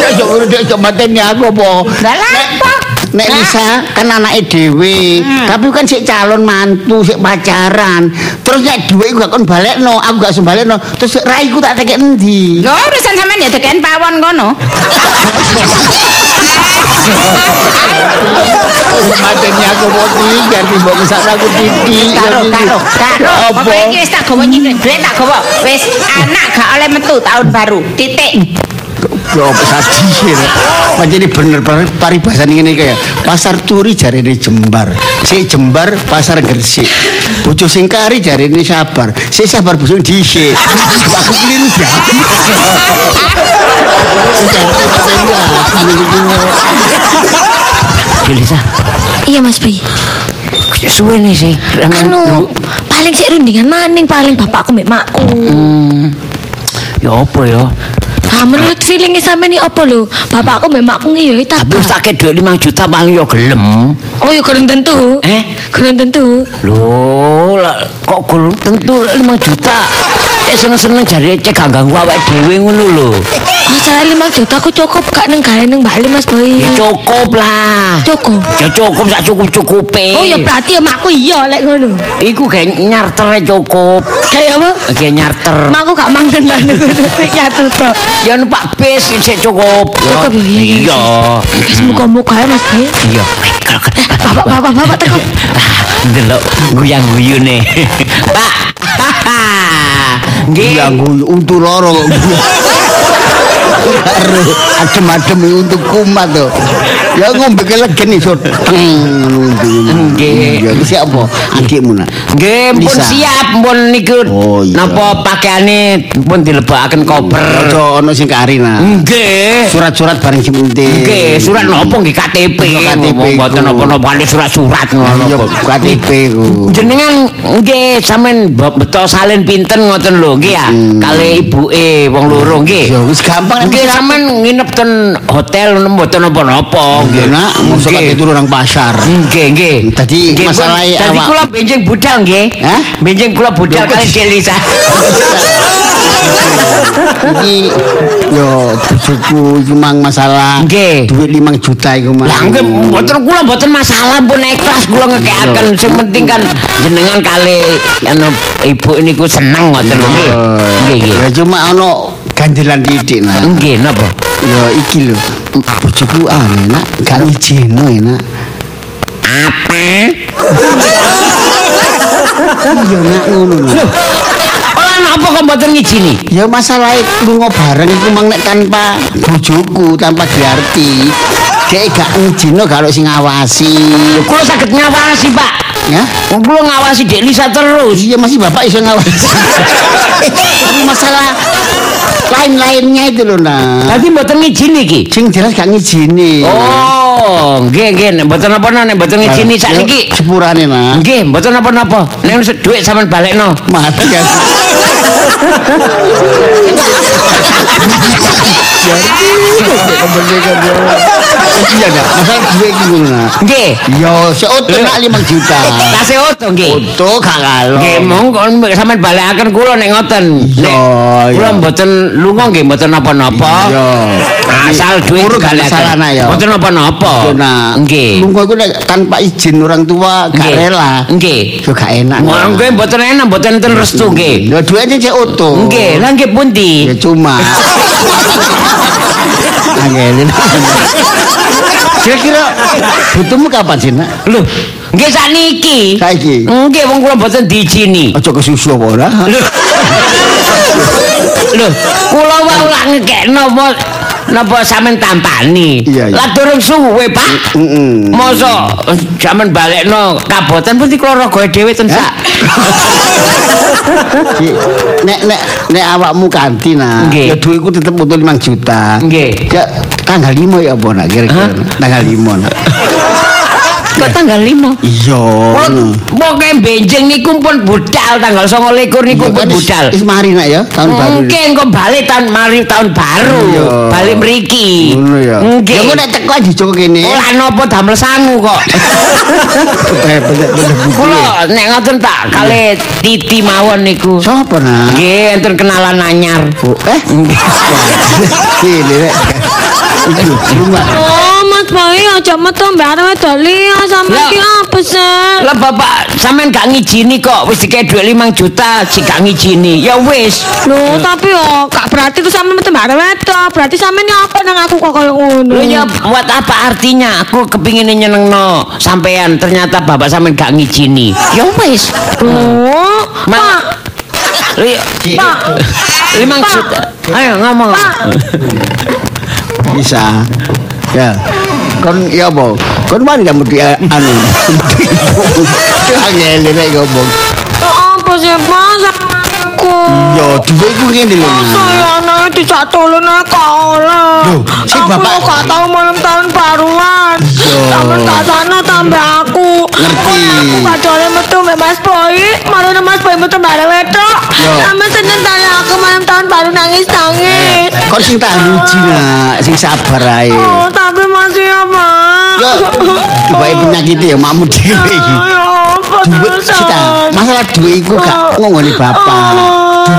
Ya yo ora dek yo mateni aku apa? Lah lah, apa? Nek Lah. Lisa kan anake dhewe, tapi kan sik calon mantu, sik pacaran. Terus nek dhuwit gak kon balekno, aku gak sembalekno. Terus raiku tak tekek endi? Lho urusan sampean ya deken pawon kono. Mateni aku mau tigar di mbok kesana aku tipi. Karo karo karo. Apa Apa? iki wis tak gawa nyindir, blek tak gawa. Wis anak gak oleh metu tahun baru. Titik. Ya apa saji ya. Pancene bener-bener paribasa ngene kaya. Pasar turi jarene jembar. Si jembar pasar gresik. Bojo sing kari jarene sabar. Si sabar bojo dhisik. Aku keliru ya. Belisa. Iya Mas Boy. Kok suwe nih Ya sih. Anu, paling sik rundingan maning paling bapakku mbek makku. Ya apa ya? Lah menurut feeling sampean iki apa lho? Bapakku mbek makku iki ya Tapi tabah. sakit duit 5 juta paling ya gelem. Oh ya kurang tentu. Eh? Kurang tentu. Loh, lah, kok gol tentu 5 juta. Eh seneng-seneng jare cek gak ganggu awake dhewe ngono lho. Ah, saya lima juta aku cukup gak neng gawe neng Bali Mas Boy. Ya cukup lah. Cukup. Ya cukup sak cukup-cukupe. Oh ya berarti ya makku iya lek ngono. Iku kayak nyarter ya cukup. Kayak apa? Kayak nyarter. Makku gak mangan banget ya tuh Bro. Ya numpak bis sik cukup. Cukup, ya, ya, ya. Iya. Wis muka-muka ya Mas Boy. Iya. Bapak bapak bapak tekok. Delok guyang-guyune. Pak. Nggih. Ya guyu untu loro kok. Karo adem-adem iki untuk kumat to. Ya ngombe ke legen iso teng untu. Nggih. Ya iki siapa? Adikmu nak. Nggih, pun Lisa. siap pun niku. Oh, iya. Napa pakaiane pun dilebakaken koper. Aja ana sing kari nak. Nggih. Surat-surat bareng Hmm. dimunting. Hmm. Nggih, surat nopo nggih KTP. KTP Ngomong Mboten ku. napa-napa ada surat-surat ngono. Iya, kok. KTP ku. Jenengan nggih sampean b- beto salin pinten ngoten lho nggih ya. Kali ibuke wong loro nggih. Hmm. Ya wis gampang Nggih sampean nginep ten hotel ngono mboten napa-napa nggih. Ya nak, mosok Nggih. Hmm. kate turu nang pasar. Nggih, nggih. Tadi Nggih, pun- masalahe Tadi awak- kula benjing budal nggih. Hah? Benjing kula budal Lho, kok kali di- Delisa. Iki yo bojoku iki mang masalah Nggih. duit 5 juta iku Hmm. mang. Lah nggih mboten kula mboten masalah pun ikhlas kula ngekekaken sing penting kan jenengan kali anu ibu niku seneng ngoten lho. nggih. Nggih, nggih. Iya, Ya cuma ana ganjelan titik nak. Nggih, napa? Ya iki lho. Bojoku aneh nak, gak ngijino ya nak. Hmm? Apa? Iya nak ngono nak. Ora napa kok mboten ngijini? Ya masalah lunga bareng iku mang nek tanpa bojoku, tanpa diarti. Dek gak ngijino kalau sing ngawasi. Kulo saged ngawasi, Pak. Ya. Wong Kulo ngawasi Dek Lisa terus. Iya masih bapak iso ngawasi. Ini masalah lain-lainnya itu loh nak. Tadi mboten ngijini iki. Sing jelas gak ngijini. Oh, nggih nggih, nek mboten napa-napa nek Ah. mboten ngijini sakniki. Ya, Sepurane nak. Nggih, mboten napa-napa. Nek wis dhuwit sampean balekno. Mati ya. Iya nak, masalah duit iki ngono nak. Nggih. Yo, seutuh nak 5 juta. Tasih oto nggih. Utuh gak kalah. Eh. Nggih, mongkon sampean balekaken kula nek ngoten. Iya, Nek iya. Kula mboten lunga nggih mboten napa-napa. Iya. Asal dhuwit Urut gak masalah, nak, ya. Mboten napa-napa. Yo nak. Oh. Nggih. Lungguh iku nek tanpa izin orang tua gak Nggih. rela. Nggih. kan- Yo gak enak. nak. Monggo mboten enak, mboten enten restu nggih. Lho duitnya cek utuh. Nggih, lha nggih pundi? Ya cuma. Angelin. Kira-kira butuhmu kapan sih nak? Lho, nggih sakniki. Saiki. Oh. Nggih wong kula mboten diijini. Ojo kesusu apa ora? Lho. Lho, kula wae ora ngekekno apa- napa sampean tampani. Iya, iya. Lah durung suwe, Pak. Mm-mm. Masa eh, sampean balekno kaboten pun diklara gawe dhewe ten sak. Ki, Nek nek nek awakmu ganti nak. Nggih. Ya duitku tetep butuh 5 juta. Nggih. Ya tanggal 5 ya apa nak kira-kira? Hah? Tanggal 5 nak. Kok tanggal 5? Iya. Oh. Pun pokoke benjing niku pun budal tanggal 29 niku pun budal. Is mari nak ya tahun baru. Mungkin kok balik tahun mari tahun baru. Iya. Balik mriki. Ngono ya. Nggih. Ya kok nek teko aja Joko kene. Ora napa damel sangu kok. Eh bener-bener. Kula nek ngoten tak kali titi mawon niku. Sopo nak? Nggih, enten kenalan anyar. Bu, eh? Ini rek. Iki lho, rumah. Oh, Mas Boy, aja metu mbak arep doli sama Lah. iki apa sih? Lah bapak sampean gak ngijini kok wis dikek dhuwit 5 juta sing gak ngijini. Ya wis. Loh, tapi yo gak berarti ku sampean metu mbak arep wedo. Berarti sampean nyapa nang aku kok kalau ngono. Lu ya buat apa artinya? Aku kepingin nyenengno sampean ternyata bapak sampean gak ngijini. Ya wis. Loh, Mana? Pak, Li- Pak, Limang Pak. juta. Ayo ngomong. Pak. bisa ya kon ya apa kon mari kamu di anu mesti ibu. Ki angel nek ngomong Ya apa sih mas sama aku? ya duwe iku ngene lho Saya anak dijak tolong aku oleh. Loh, si aku bapak- Iya. nggak tahu malam tahun baruan. Sampai ke sana tambah aku. ya, Ngerti. Aku gak boleh metu mbak Mas Boy. Marahnya Mas Boy metu bareng wedok. Yo. Sama seneng tanya aku malam tahun baru nangis nangis. kon sing tak uji nak sing sabar ae Oh, tapi masih ya mas. yo dibake penyakit ya makmu dhewe iki Ya apa duit terus? kita Mas? masalah duit iku gak Oh, ngomongin bapak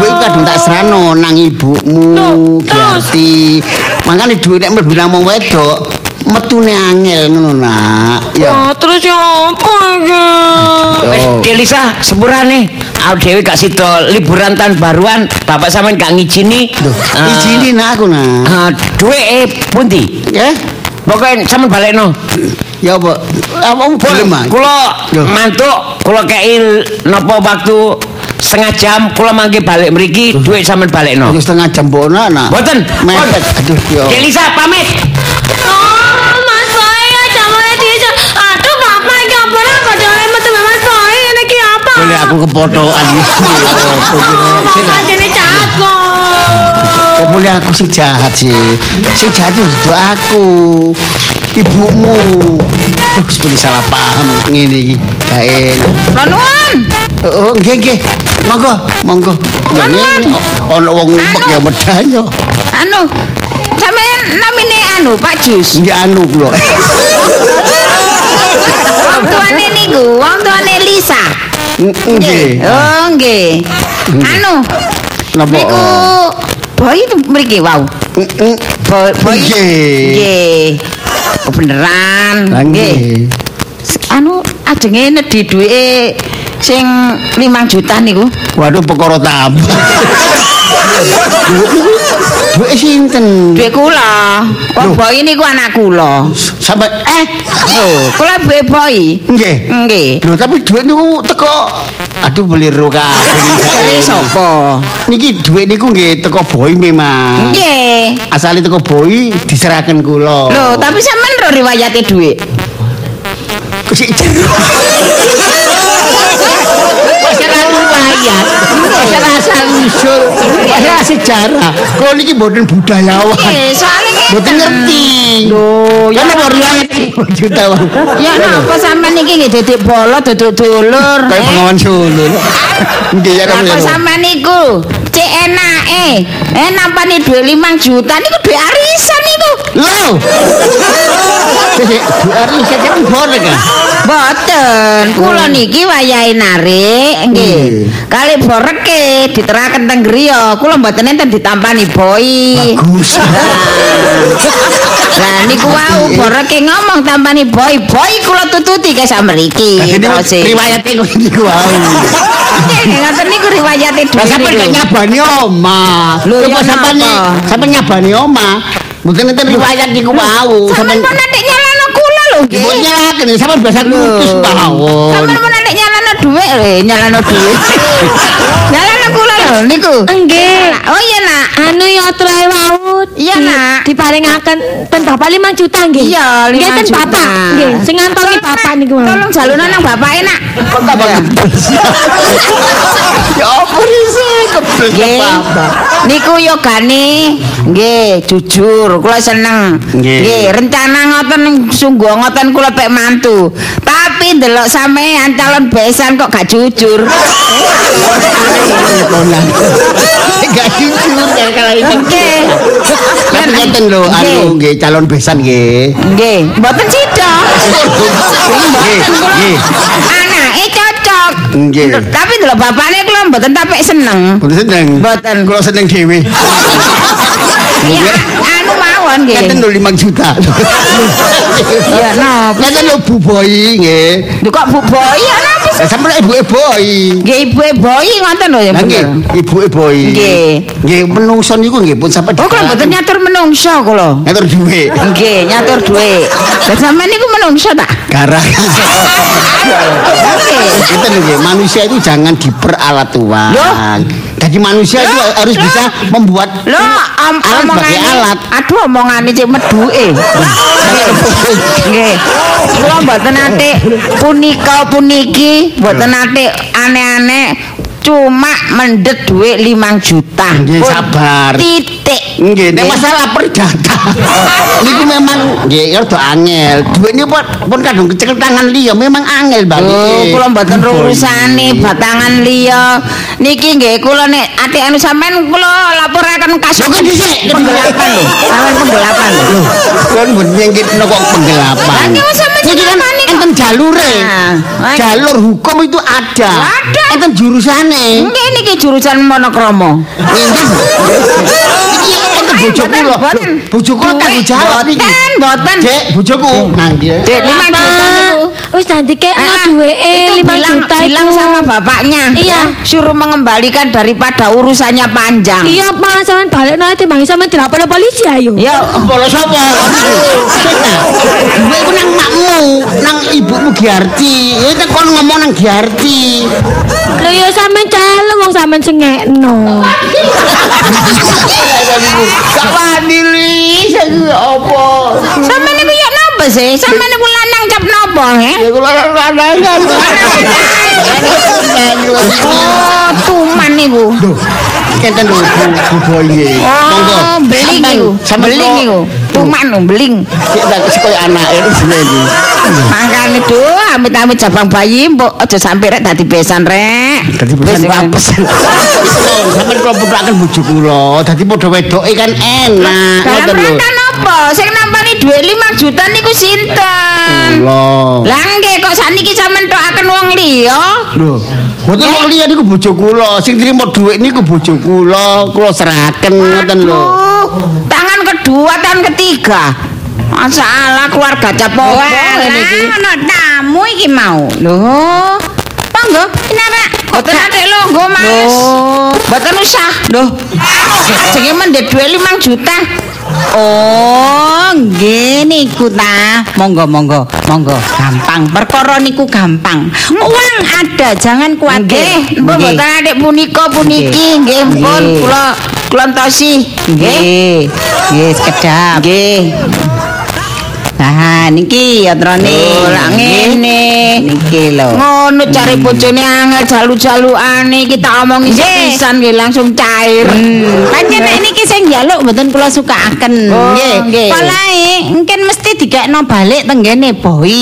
duit iku kadung tak serano nang ibumu terus? Giati makanya duit nek mlebu nang wong wedok metune angel ngono nak ya Oh, terus ya apa iki? Wes Delisa sepurane. Aku dhewe gak sida liburan tahun baruan, bapak sampean gak ngijini. Eh, izinin aku Ah. nak eh, Duweke pundi? ya Pokoke sampean balekno. ya apa apa kamu belum Mak? Kula Yo. mantuk, kula kei napa waktu setengah jam kula mangke balik mriki duit sampean balekno. Ayo Ya, setengah jam bona nak Mboten. mepet aduh ya Delisa pamit. Oh, Mas Boy, aja mulai diajak. Aduh, Bapak, ya iki apa lah kok dhewe metu mbak Mas Boy? Ini iki apa? boleh aku kepotokan ya. Bapak jene jahat kok. Kok boleh Oh, aku sih jahat sih Sih jahat itu duduk aku Ibumu Duh, seperti salah paham Ngini, gak enak Nuwun. Oh, nggih nggih. Monggo, monggo. Ya ngene ana wong ngumpet ya medhanyo. Anu. Sampeyan namine anu Pak Jus. Iki anu kula. Wong tuane niku, wong tuane Lisa. Nggih. Oh, Oh, nggih. Anu. Napa? Niku boy mriki wau. Mm-mm. Boy boy. Nggih. Nggih. Oh, beneran. Lah, Nggih. Nggih. Anu adenge nedhi dhuwite sing 5 juta niku. Waduh perkara tambah. Duwe eh, sinten? Dhuwit kula. Wong boy niku anak kula. Sampai eh Oh, kula duwe boy. nggih. Mm. Nggih. Lho tapi duit niku teko aduh beli roka. Dari sapa? Niki duit niku nggih teko boy memang. Nggih. Asale teko boy diserahkan kula. Loh, tapi sampean ro riwayate dhuwit. Sik jero. Wis ora riwayat. Wis ora asal usul. Padahal sejarah. Kalau niki boten budayawan. Eh, soalnya Boten ngeten. ngerti. Lho, ya napa riwayat juta wong. Ya napa sampean iki nggih dedik bola duduk dulur. Kayak pengawan Solo. Nggih ya kamu ya. Napa sampean niku? Cek enake. Eh nampani dhuwit 5 juta niku dhuwit arisan niku. Lho. Sik, hari sik kan boleh kan. Boten. Kula niki wayahe narik nggih. Nggih. Kali boreke diteraken teng griya, kula mboten enten ditampani boi. Bagus. Lah niku wau boreke ngomong tampani boy boy kula tututi ke sak mriki. Ini Terus sih. riwayat niku niku wae. Nggih, Ngoten niku riwayate Lah dhewe. sampean niku. gak nyabani oma. Lho, Lho ya kok sampean napa? sampean nyabani oma. Mungkin nanti riwayat niku wau. Sampeyan Sampean pun nek nyalano kula lho nggih. Ibu nyalakan, sampean biasa ngutus mawon. Sampeyan pun nek nyalano dhuwit lho, nyalano dhuwit. Nyalano kula lho niku. Nggih. Oh iya nak. Anu ya trai wau. Iya, di- Nak. Diparingaken ten Bapak 5 juta nggih. Iya, Nggih, 5 ten juta. Bapak. Nggih, sing ngantoni Bapak niku. Mas. Tolong jalunan nang bapake nak. Kok gak bakal Ya apa risa kebel Nggih. Niku yogane nggih jujur kula seneng. Nggih. Nggih, rencana ngoten sungguh ngoten kula pek mantu. Tapi ndelok sampean calon besan kok gak jujur. Iya, Gak jujur ya kalau ini. Nggih. Tapi ngeten lho anu nggih calon besan nggih. Nggih, mboten sida. Nggih, nggih. Anake cocok. Nggih. Tapi ndelok bapakne kula mboten tapek seneng. Mboten seneng. Mboten. Kula seneng dhewe. Ya, anu mawon Ngeten nggih. lho 5 juta. Iya, Ya napa? Ngeten lho Bu Boy nggih. Lho kok Bu Boy ya napa sih? Ya sampeyan ibuke Boy. Nggih ibuke Boy ngoten lho ya Lah nggih, bener. ibuke Boy. Nggih. Nggih, menungso niku nggih pun sampe Oh, kula mboten nyatur menungso kula. ngatur dhuwit. Nggih, nyatur dhuwit. Lah sampean niku menungso ta? Garang. Nggih. Kita nih, manusia itu jangan diperalat Loh? tuan. jadi manusia itu harus bisa membuat Lho, om, alat sebagai omongane- alat Aduh omongane cek meduke. Nggih. Kula mboten nate punika puniki mboten nate aneh-aneh cuma mendet dhuwit 5 juta. Nggih, Pun sabar. Titik. Nggih, nek masalah perdata. Niku memang nggih ya rada angel. Duitnya pun pun kadung kecekel tangan liya memang angel, Mbak. Oh, Niki. kula mboten Iya, urusane iya. batangan liya. Niki nggih kula nek ati anu sampean kula laporaken kasus Kok dhisik penggelapan lho. Sampeyan penggelapan. Lho, kon mboten nyengkitno kok penggelapan. Lah, kok sampe Niki kan ceritane kok. enten jalure. Nah, wah. Jalur hukum itu ada. Ada. Enten jurusane. Nggih niki jurusan monokromo. Enten. Iki enten bojoku lho. Boten. Bojoku tanggung jawab iki. Boten, boten. Dek, bojoku. Nang dia. Dek, lima juta niku. Wis tadi kayak no Ah, duwe itu 5 bilang- juta bilang itu. sama bapaknya Iya. ya, suruh mengembalikan daripada urusannya panjang Iya, Pak, sampean balekno ati mangi sampean dilapor polisi ayo. ya Bola sapa? Gue iku nang makmu, nang ibumu Giarti. Ya tak kon ngomong nang Giarti. Lho ya sampean calon wong sampean sengekno. Gak wani lis aku apa? sama niku ya napa sih sama niku lanang cap napa he Ya kula lanangan. oh tuman niku Kenten lho buboye. Monggo. oh beling niku Sampeyan- beling niku tuman lho beling Sik tak sik koyo anake jenenge iki. makane tuh amit-amit jabang bayi mbok aja sampe rek dadi besan rek Dadi pesan Wis, wapes. Sampeyan kula putraken bojo kula, dadi padha wedoke kan enak. dalam Ngoten lho. rangka napa sing nampani duit 5 juta niku sinten Kula. Lah nggih kok sakniki sampean tokaken wong liya. Lho, mboten kok liya niku bojo kula, sing trimo dhuwit niku bojo kula, kula serahaken ngoten lho. Aduh, Tangan kedua, tangan ketiga. Masalah keluarga capoe iki. Ana tamu iki mau. Lho. Monggo, kenapa? Boten ate longgo, Mas. Boten usah. Lho. Ajenge mendhet dhuwit 5 juta. Oh, nggih niku ta. Monggo, monggo, monggo. Gampang. Perkara niku gampang. Uang ada, jangan kuwatir. Nggih, mboten adik punika puniki nggih pun kula klontosi. Nggih. Nggih, sekedap. Nggih. Nah, niki ya trone. Lah ngene. Niki lho. Hmm. Ngono cari bojone angel jalu-jaluane kita omongi sepisan nggih Hmm. langsung cair. Pancen nek niki sing njaluk mboten kula sukaaken. Oh, Nggih. Palae engken mesti digekno balik tenggene boi.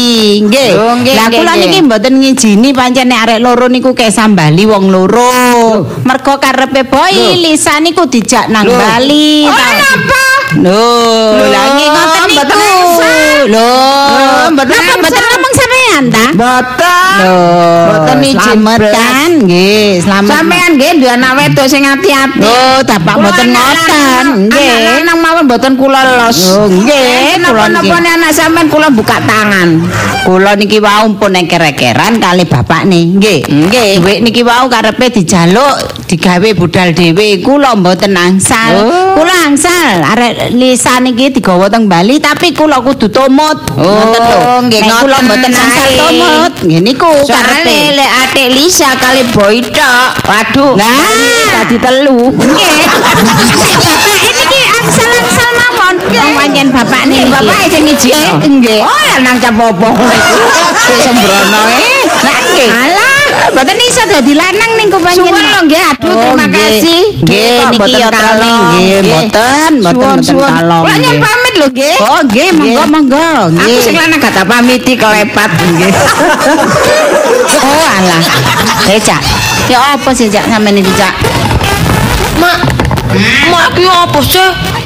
Oh, Nggih. Lah kula niki mboten ngijini pancen nek arek loro niku kesam bali wong loro. Mergo karepe boi Lisa niku dijak nang Bali. Oh, napa? Lho, lha nggih ngoten niku. Lho, mboten mboten ngomong sampean ta? Mboten. Lho, mboten slametan nggih, slamet. Sampean nggih duwe anak wedok sing ati-ati. Lho, dapak mboten ngoten. Nggih. Anak mawon mboten kula los. nggih, napa-napa anak sampean kula buka tangan. Kula niki wau pun engker-engkeran kali bapakne. Nggih. Nggih. Duit niki wau karepe dijaluk digawe budal dhewe kula mboten angsal. Kula angsal arek Lisa niki digawa teng Bali tapi kula kudu tumut. Ngoten lho. Oh, Nggih kula mboten angsal tumut. Nggih niku karepe. Soale atik Lisa kali boy tok. Waduh. Lah dadi telu. Nggih. Bapak niki angsal-angsal mawon. Wong pancen bapakne iki. Bapak sing ngijiki. Nggih. Oh, ya nang capopo. Sik sembrono eh. Lah nggih. Alah, mboten iso dadi lanang ning kok panjenengan. Suwun lho nggih, aduh terima kasih. Nggih, niki ya kalong. Nggih, mboten, mboten mboten kalong. Lah nyuwun pamit lho nggih. Oh, nggih, monggo monggo. Aku sing lanang gak tak pamiti kelepat nggih. Oh, alah. Eh, Cak. Ya apa sih, Cak, sampean iki, Cak? Mak, mak ki opo sih?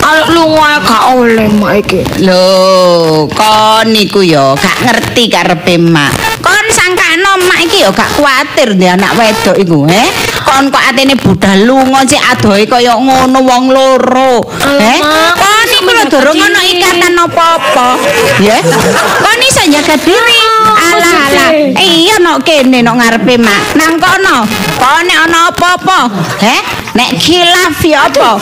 Arek lunga gak oleh mak iki. Lho, kon niku ya gak ngerti karepe mak. Kon sangkano mak iki ya gak kuatir ndek anak wedok iku, he? Kon kok atene budal lunga sik adohe kaya ngono wong loro. He? Mak, Kon iku lho durung ono ikatan apa-apa. Ya. Kon iso jaga diri. Alah alah. Iya nok kene nok ngarepe mak. Nang kono. Kon nek ono apa-apa, he? Nek khilaf ya apa?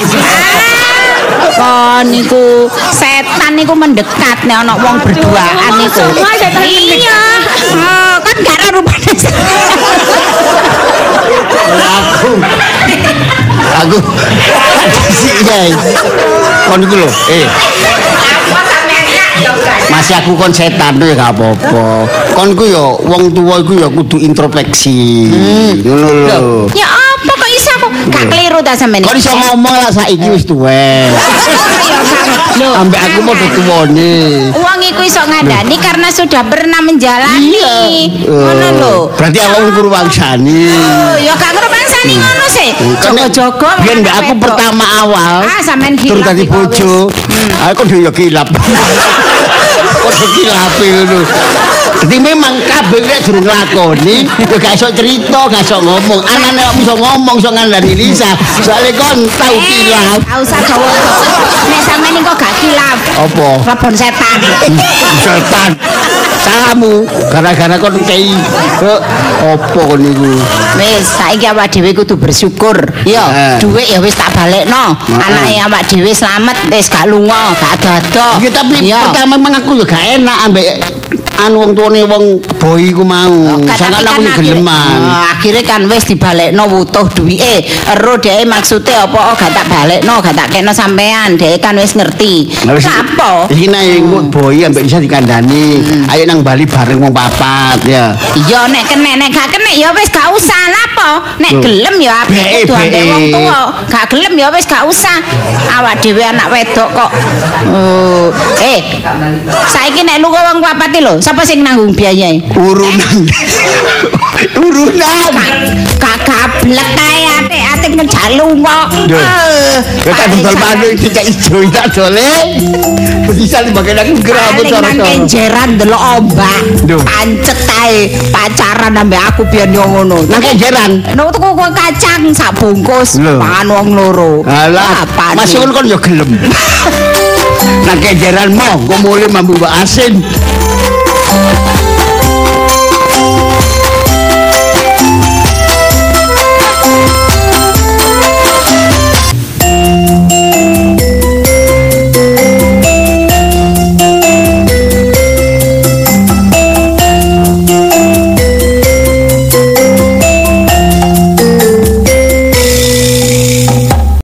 Ah, kon niku setan niku mendekat nek ana wong berduaan niku iya oh, kan gak ora rupane Aku. Jai. Kon iku lho, eh. Masih aku kon setan tuh ya gak apa-apa. Kon ku ya wong tua iku ya kudu introspeksi. Ngono lho. Ya apa kok iso aku gak keliru ta sampean. Kon iso ngomong lah saiki wis tuwek. Ambek aku mau tuwane. Uang iku iso ngandani karena sudah pernah Iya. menjalani. Ngono lho. Berarti awakmu kurwangsani. Oh, ya gak ngromangsani ngono sih. Jogo-jogo. Biyen mbak aku wedok. pertama awal. Ah, sampean Tur gila tadi iki kok bojo. Aku dhewe ya kilap. Kok kilap ngono. Jadi memang kabeh nek durung lakoni ya gak iso cerita, gak iso ngomong. Anane kok iso ngomong iso ngandani Lisa. Soale kon tau kilap. Eh, Gak usah Jawa-Jawa. Nek sampean iki kok gak kilap. Apa? Rebon setan. Setan. Salahmu gara-gara kon kei. Eh, Apa kon niku? Wis, saiki awak dhewe kudu bersyukur. Ya, Eh. dhuwit ya wis tak balekno. Anake awak dhewe slamet, wis gak lunga, gak dodo. Ya tapi Iya. pertama memang aku juga gak enak ambek anu wong tuane wong boy ku mau. Gak, tapi Soalnya aku kan ini akhirnya- geleman. Oh, akhirnya kan wis dibalekno wutuh duwike. Ero dhek maksude apa oh, gak tak balekno, gak tak kena sampean. Dhek kan wis ngerti. Terus Apa? Iki nek ngikut boy ambek bisa dikandani. Ayo nang Bali bareng wong papat ya. Ya nek kene nek gak kene ya wis gak usah lapo. Nek Loh. gelem ya Bee, apik kudu ambek bee. wong tuwa. Gak gelem ya wis gak usah. Awak dhewe anak wedok kok. Oh, eh. Saiki nek lu wong papati lho, sapa sing nanggung biayane? Urunan. Urunan. Gak gablek kae ate-ate ngejak lunga. Duh. Eh, Ya tak paling dodol sampe- panu iki cek ijo tak dole. Bisa dipakai aku gerabut Paling nang cara-cara. kenjeran delok ombak. Duh. Pancet kae pacaran ambek aku biyen yo ngono. Nang kenjeran. Nek tuku kue kacang sak bungkus Lho. pangan wong loro. Alah, Apaan Mas ini? Yun kon yo gelem. Nang kenjeran mau, kok mulai mambu mbak asin.